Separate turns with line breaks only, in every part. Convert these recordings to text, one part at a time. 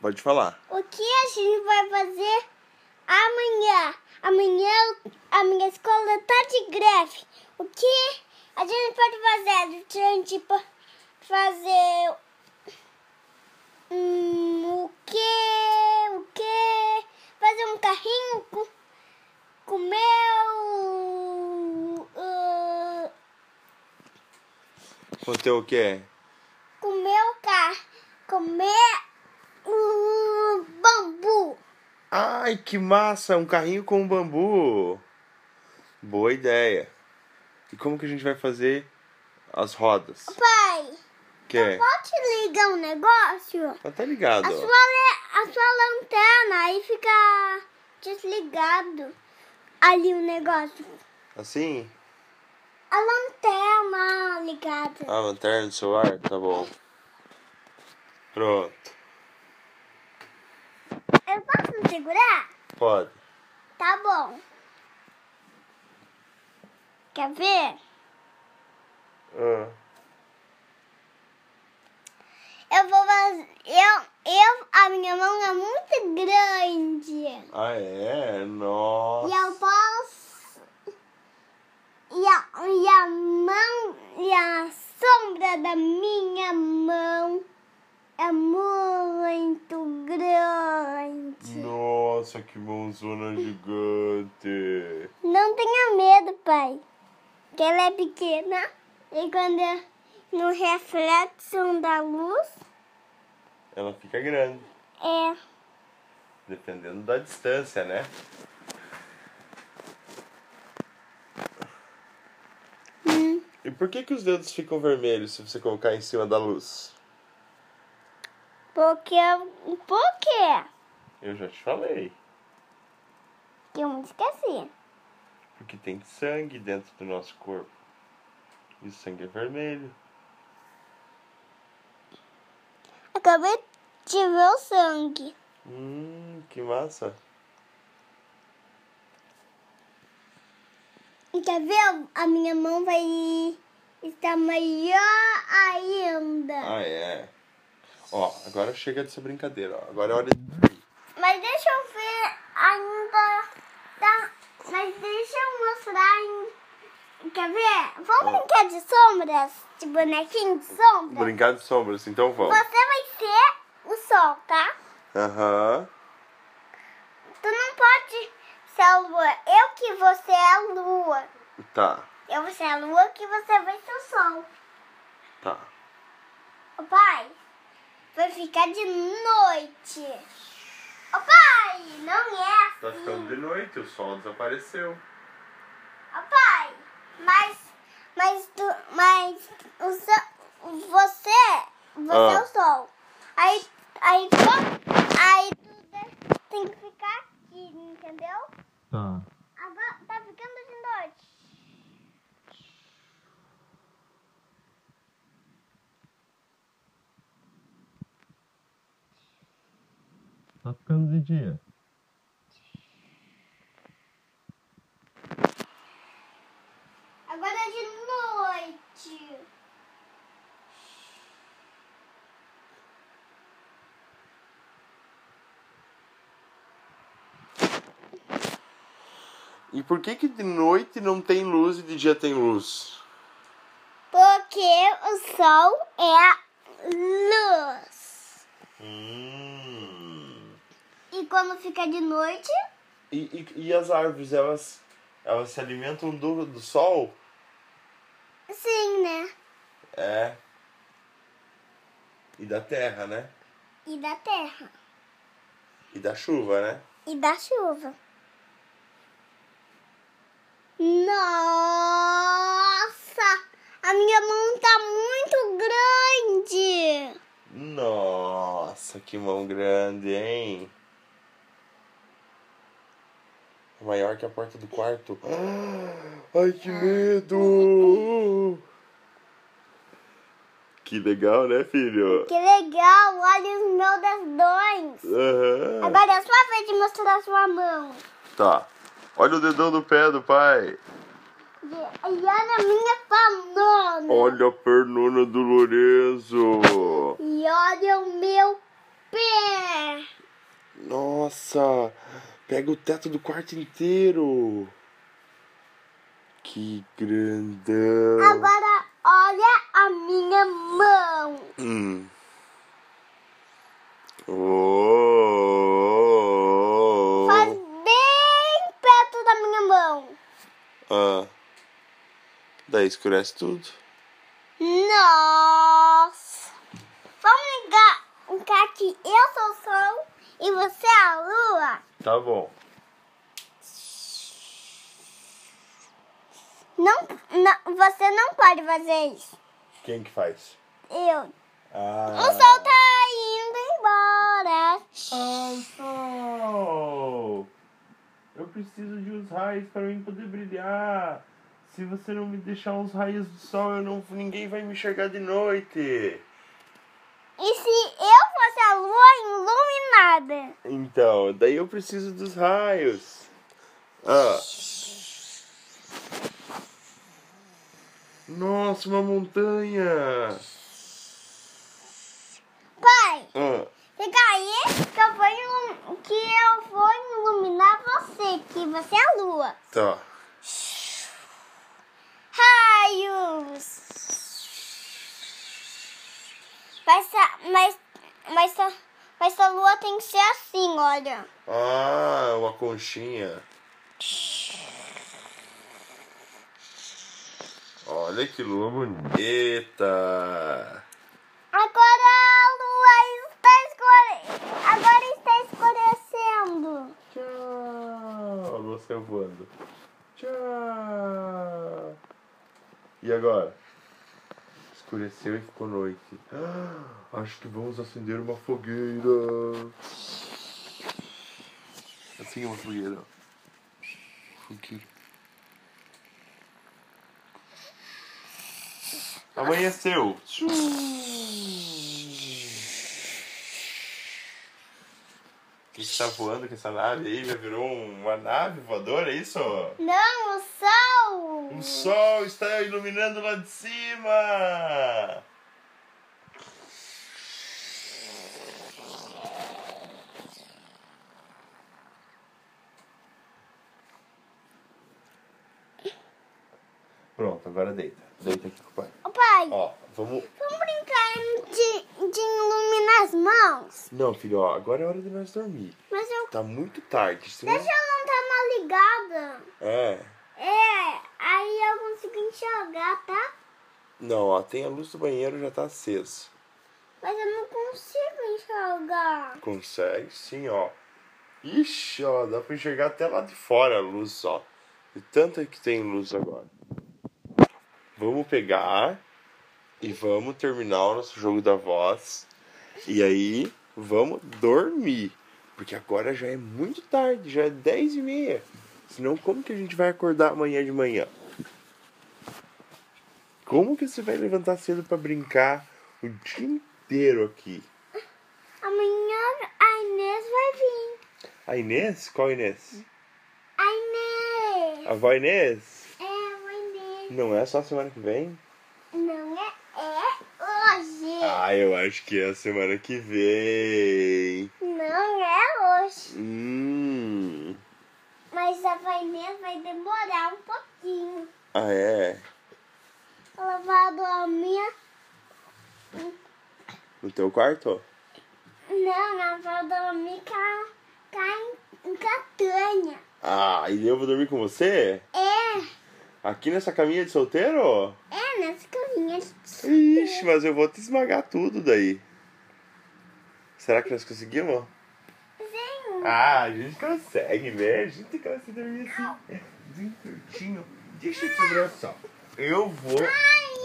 Pode falar.
O que a gente vai fazer amanhã? Amanhã a minha escola tá de greve. O que a gente pode fazer? A gente pode fazer. Hum, o que? O que? Fazer um carrinho com, com meu. ah,
Fazer o quê?
com meu carro. Comer o bambu.
Ai, que massa! Um carrinho com bambu. Boa ideia. E como que a gente vai fazer as rodas?
Pai,
Que é?
pode ligar um negócio?
Tá, tá ligado,
A sua,
ó.
le- a sua lanterna aí fica desligado ali o negócio.
Assim?
A lanterna ligada.
A lanterna do celular? Tá bom. Pronto.
Eu posso segurar?
Pode.
Tá bom. Quer ver?
Ah,
Eu vou fazer. Eu, eu, a minha mão é muito grande.
Ah, é?
E
Nossa.
eu posso. E a, e a mão. E a sombra da minha mão é muito grande.
Nossa, que mãozona gigante.
Não tenha medo, pai. Que ela é pequena e quando é no reflexo da luz
Ela fica grande.
é.
Dependendo da distância, né?
Hum,
E por que, que os dedos ficam vermelhos se você colocar em cima da luz?
porque. é Por quê?
Eu já te falei.
Que eu me esqueci.
Porque tem sangue dentro do nosso corpo. E o sangue é vermelho.
Acabei de ver o sangue.
Hum, que massa.
E Quer ver? A minha mão vai estar maior ainda.
Ah, é. Ó, agora chega dessa brincadeira. Ó. Agora é hora de dormir.
Mas deixa eu ver ainda. Tá? Mas deixa eu mostrar. em- Quer ver? Vamos brincar de sombras? De bonequinho de sombra?
Brincar de sombras, então vamos.
Você vai ser o sol, tá?
Aham.
Tu não pode ser a lua. Eu que você é a lua.
Tá,
Eu vou ser a lua que você vai ser o sol.
tá.
Ô pai, vai ficar de noite. Ô pai, não é
Tá
assim.
de noite, o sol desapareceu.
Ô pai, mas, mas tu, mas o sol, você, você é
Ah.
o sol. Aí, aí, tu- aí tu de- tem que ficar aqui, entendeu?
Tá.
Agora tá ficando de noite.
Tá ficando de dia.
Agora é de noite.
E por que que de noite não tem luz e de dia tem luz?
Porque o sol é a luz.
Hum.
E quando fica de noite,
E, e, e as árvores, elas, elas se alimentam do, do sol?
sim, né?
É. E da terra, né?
E da terra.
E da chuva, né?
E da chuva. Nossa! A minha mão tá muito grande.
Nossa, que mão grande, hein? É Maior que a porta do quarto. Ai, que medo! Que legal, né, filho?
Que legal! Olha os meus dedões.
Aham.
Agora é a sua vez de mostrar a sua mão.
Tá. Olha o dedão do pé do pai.
E e olha a minha panona.
Olha a pernona do Lorenzo.
E olha o meu pé.
Nossa! Pega o teto do quarto inteiro! Que grandão!
Agora olha a minha mão.
Hum. Oh.
Faz bem perto da minha mão.
Ah. Daí escurece tudo.
Nossa. Vamos ligar um cara que eu sou o sol e você é a lua.
Tá bom.
Não, não, você não pode fazer isso.
Quem que faz?
Eu.
Ah.
O sol tá indo embora.
Ai, sol! Eu preciso de uns raios para mim poder brilhar. Se você não me deixar uns raios do sol, eu não, ninguém vai me enxergar de noite.
E se eu fosse a lua iluminada?
Então, daí eu preciso dos raios. Ah. Nossa, uma montanha.
Pai,
Ah.
fica aí que eu vou, ilum- que eu vou iluminar você, que você é a lua.
Tá.
Raios! Mas, a- mas, mas, a- mas a lua tem que ser assim, olha.
Ah, uma conchinha. Olha que lua bonita.
Agora a lua está escure... Agora está escurecendo.
Tchau. Você voando. Tchau. E agora? Escureceu e ficou noite. Ah, Acho que vamos acender uma fogueira. Assim é uma fogueira. Fogueira. é Amanheceu. Tchum. que está voando com essa nave aí? Já virou uma nave voadora, é isso?
Não, o sol.
O sol está iluminando lá de cima! Pronto, agora deita. Deita aqui com o pai.
Ô, pai,
Ó, vamos.
vamos brincar de, de iluminar as mãos?
Não, filho, ó, agora é hora de nós dormir.
Mas eu...
Tá muito tarde. Se não-
Deixa a lanterna ligada.
É.
É, aí eu consigo enxergar, tá?
Não, ó, tem a luz do banheiro, já tá acesa.
Mas eu não consigo enxergar.
Consegue sim, ó. Ixi, ó, dá pra enxergar até lá de fora a luz, ó. E tanta que tem luz agora. Vamos pegar e vamos terminar o nosso jogo da voz. E aí, vamos dormir. Porque agora já é muito tarde, já é 10 e meia. Senão, como que a gente vai acordar amanhã de manhã? Como que você vai levantar cedo pra brincar o dia inteiro aqui?
Amanhã a Inês vai vir.
A Inês? Qual Inês?
A Inês.
A avó Inês?
É, a Inês.
Não é só semana que vem?
Não é, é hoje.
Ah, eu acho que é a semana que vem.
Não é hoje.
Hum.
Mas a vó Inês vai demorar um pouquinho.
Ah, é?
Ela vai dormir.
No teu quarto?
Não, ela vai dormir cá, cá em, em Catanha.
Ah, e eu vou dormir com você?
É,
Aqui nessa caminha de solteiro?
é nas caminhas.
Ixi, mas eu vou te esmagar tudo daí. Será que nós conseguimos?
Sim.
Ah, a gente consegue, né? A gente consegue dormir assim, bem curtinho. Deixa eu te abraçar. Eu vou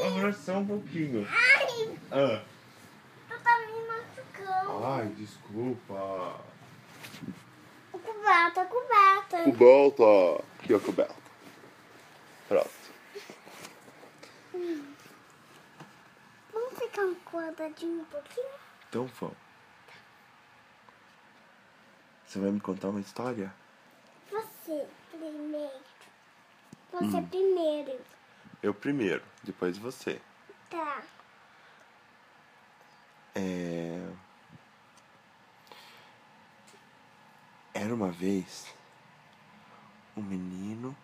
abraçar um pouquinho.
Ai,
Ah.
tu tá me machucando.
Ai, desculpa.
Coberta, coberta.
Coberta. tá Aqui, ó, coberta. Pronto.
Vamos ficar um quadradinho um pouquinho?
Então, Fão. Você vai me contar uma história?
Você primeiro. Você primeiro.
Eu primeiro, depois você.
Tá.
É... Era uma vez um menino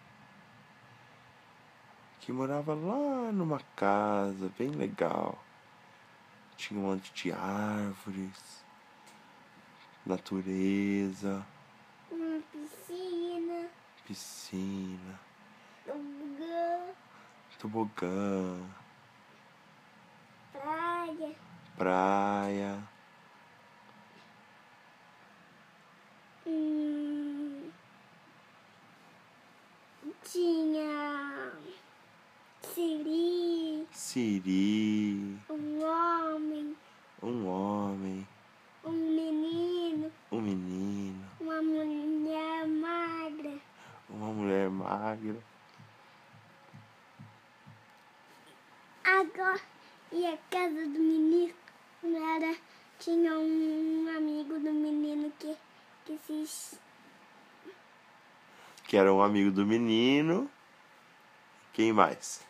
que morava lá numa casa bem legal. Tinha um monte de árvores, natureza,
Uma piscina, um
piscina,
tobogã,
tobogã,
praia,
praia.
hum, tinha siri,
Siri,
um homem,
um homem,
um menino,
um menino,
uma mulher magra,
uma mulher magra.
Agora, e a casa do menino era, tinha um amigo do menino que, que se
que era um amigo do menino. Quem mais?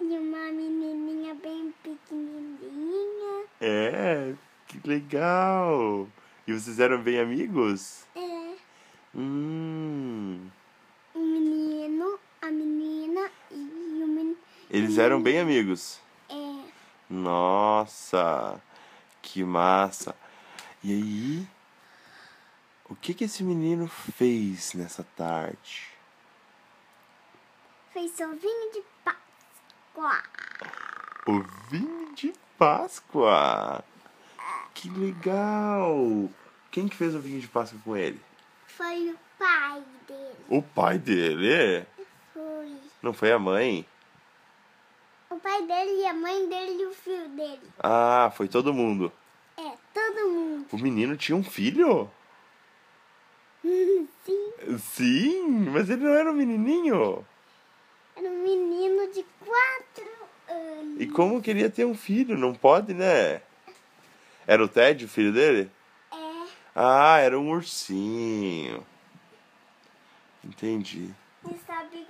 e uma menininha bem pequenininha.
É, que legal! E vocês eram bem amigos?
É,
Hum.
o menino, a menina e o menino.
Eles eram bem amigos.
É,
Nossa, que massa! E aí? O que que esse menino fez nessa tarde?
fez ovinho de Páscoa.
O vinho de Páscoa. Que legal! Quem que fez o vinho de Páscoa com ele?
Foi o pai dele.
O pai dele?
Foi.
Não foi a mãe?
O pai dele, a mãe dele e o filho dele.
Ah, foi todo mundo.
É, todo mundo.
O menino tinha um filho?
Sim,
Sim, mas ele não era um menininho.
era um menino de quatro anos.
E como queria ter um filho? Não pode, né? Era o Ted, o filho dele?
É,
Ah, era um ursinho. Entendi.
e sabe.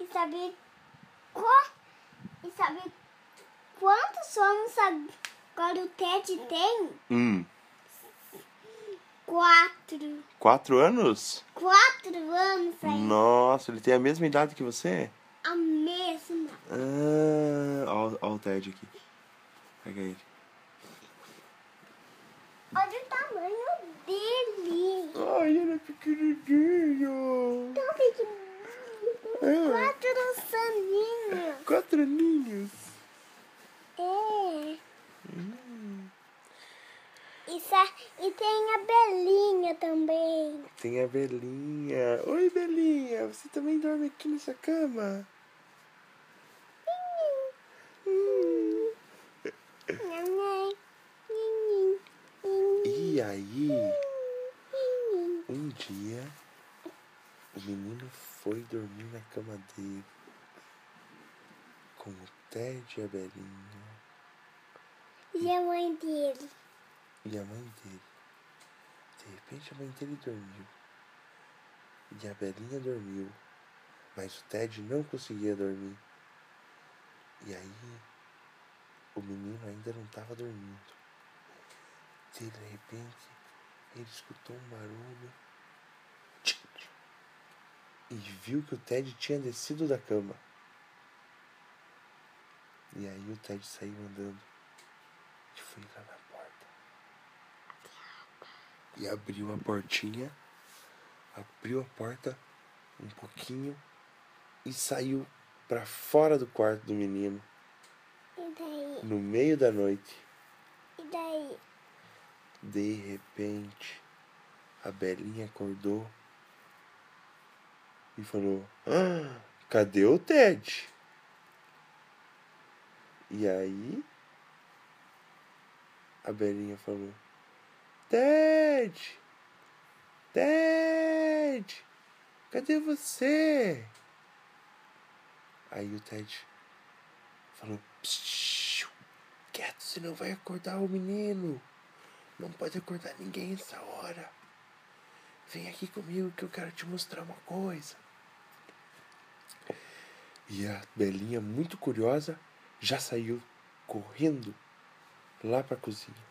E sabe. Qual, e sabe quantos anos agora o Ted tem?
Hum,
Quatro.
quatro anos?
Quatro anos ainda.
Nossa, ele tem a mesma idade que você?
A mesma.
Ah, ó, ó o Ted aqui. Pega ele.
Olha o tamanho dele.
Ai, ele é pequenininho.
Tão pequenininho.
É.
Quatro saninhos.
Quatro aninhos.
É. E, sa- e tem a Belinha também.
Tem a Belinha. Oi, Belinha. Você também dorme aqui nessa cama? Hum.
Neném. Neném. Neném.
E aí,
Neném.
um dia, o menino foi dormir na cama dele com o Ted e a Belinha
E a mãe dele.
e a mãe dele. De repente, a mãe dele dormiu e a Belinha dormiu, mas o Ted não conseguia dormir. E aí, o menino ainda não estava dormindo. De repente, ele escutou um barulho tchic, tchic, e viu que o Ted tinha descido da cama. E aí o Ted saiu andando e foi lá na porta. E abriu a portinha, abriu a porta um pouquinho e saiu para fora do quarto do menino
E daí?
no meio da noite.
E daí?
De repente, a Belinha acordou e falou: ah, Cadê o Ted? E aí, a Belinha falou: Ted! Ted! Cadê você? Aí o Ted falou: "Psiu, Quieto, senão vai acordar o menino. Não pode acordar ninguém essa hora. Vem aqui comigo que eu quero te mostrar uma coisa. E a Belinha, muito curiosa, já saiu correndo lá pra cozinha.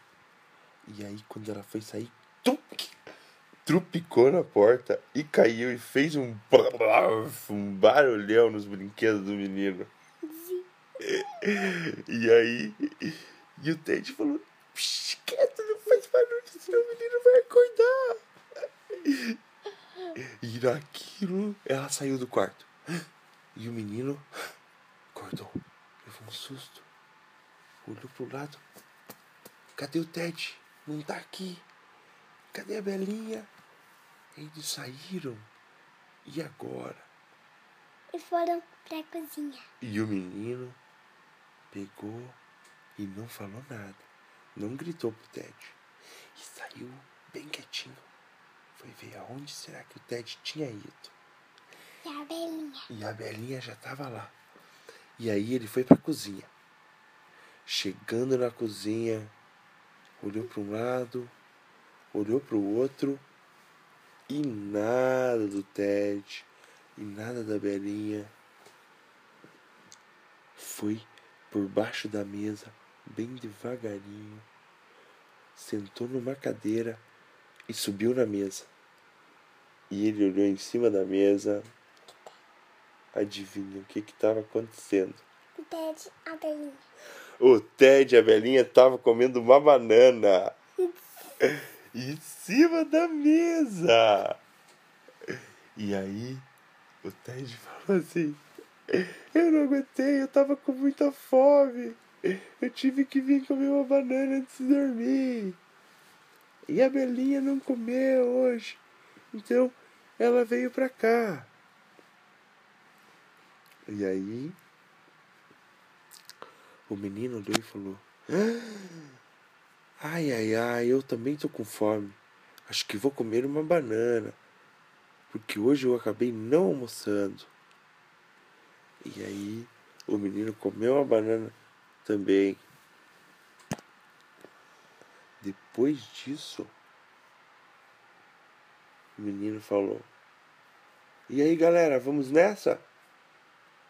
E aí, quando ela foi sair, tum, que trupicou na porta e caiu e fez um, braf, um barulhão nos brinquedos do menino. E aí, e o Ted falou: "Psh, quieto, não faz barulho, senão o menino vai acordar. E naquilo, ela saiu do quarto. E o menino acordou, levou um susto, olhou pro lado: Cadê o Ted? Não tá aqui. Cadê a Belinha? Eles saíram. E agora?
E foram pra cozinha.
E o menino pegou e não falou nada. Não gritou pro Ted. E saiu bem quietinho. Foi ver aonde será que o Ted tinha ido.
E a abelhinha.
E a Belinha já tava lá. E aí ele foi pra cozinha. Chegando na cozinha, olhou para um lado, olhou para o outro e nada do Ted, e nada da Belinha. Foi por baixo da mesa, bem devagarinho, sentou numa cadeira e subiu na mesa. E ele olhou em cima da mesa. Adivinha o que estava acontecendo?
O Ted, a abelhinha.
O Ted e a Belinha estavam comendo uma banana. em cima da mesa. E aí, o Ted falou assim: Eu não aguentei, eu tava com muita fome. Eu tive que vir comer uma banana antes de dormir. E a Belinha não comeu hoje. Então, ela veio pra cá. E aí, o menino olhou e falou: "Ah, Ai, ai, ai, eu também tô com fome. Acho que vou comer uma banana, porque hoje eu acabei não almoçando. E aí, o menino comeu a banana também. Depois disso, o menino falou: E aí, galera, vamos nessa?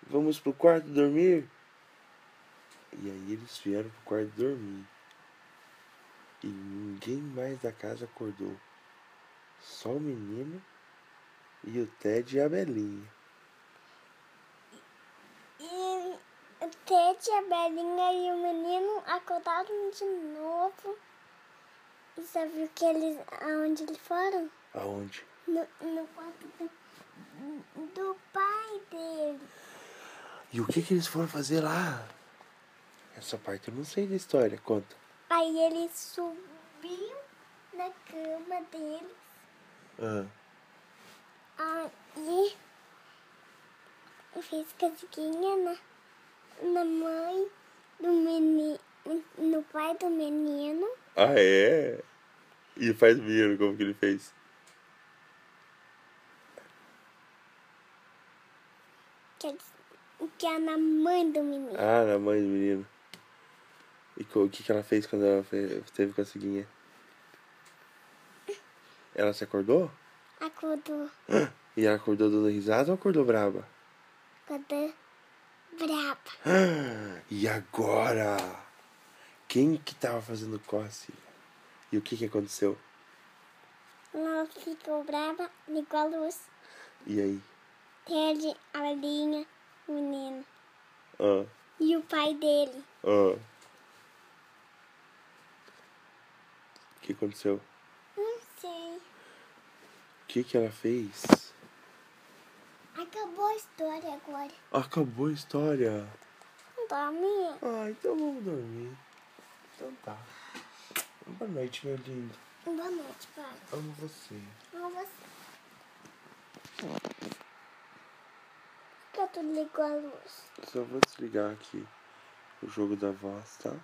Vamos pro quarto dormir? E aí eles vieram pro quarto dormir. E ninguém mais da casa acordou. Só o menino e o Ted e a Belinha.
E o Ted, a abelhinha e o menino acordaram de novo. E sabe o que eles, aonde eles foram?
Aonde?
No, no quarto do, do pai dele.
E o que, que eles foram fazer lá? Essa parte eu não sei da história, conta.
Aí ele subiu na cama dele.
Ah,
Aí fez casquinha na, na mãe do menino, no pai do menino.
é? E faz o menino como que ele fez?
Que é, que é na mãe do menino.
Ah, na mãe do menino. E co- o que, que ela fez quando ela fe- teve com a ciguinha? Ela se acordou?
Acordou.
E ela acordou dando risada ou acordou braba?
Acordou braba.
E agora? Quem que tava fazendo cosse? E o que que aconteceu?
Ela ficou brava, ligou a luz.
E aí?
Perde a velhinha, o menino.
Ah,
E o pai dele.
ah. O que aconteceu?
Não sei.
O que que ela fez?
Acabou a história agora.
Acabou a história.
Dorme.
Ah, então vamos dormir. Então tá. Boa noite, meu lindo.
Boa noite, pai.
Amo você.
Amo você. Por que tu ligou a luz?
Só vou desligar aqui o jogo da voz, tá?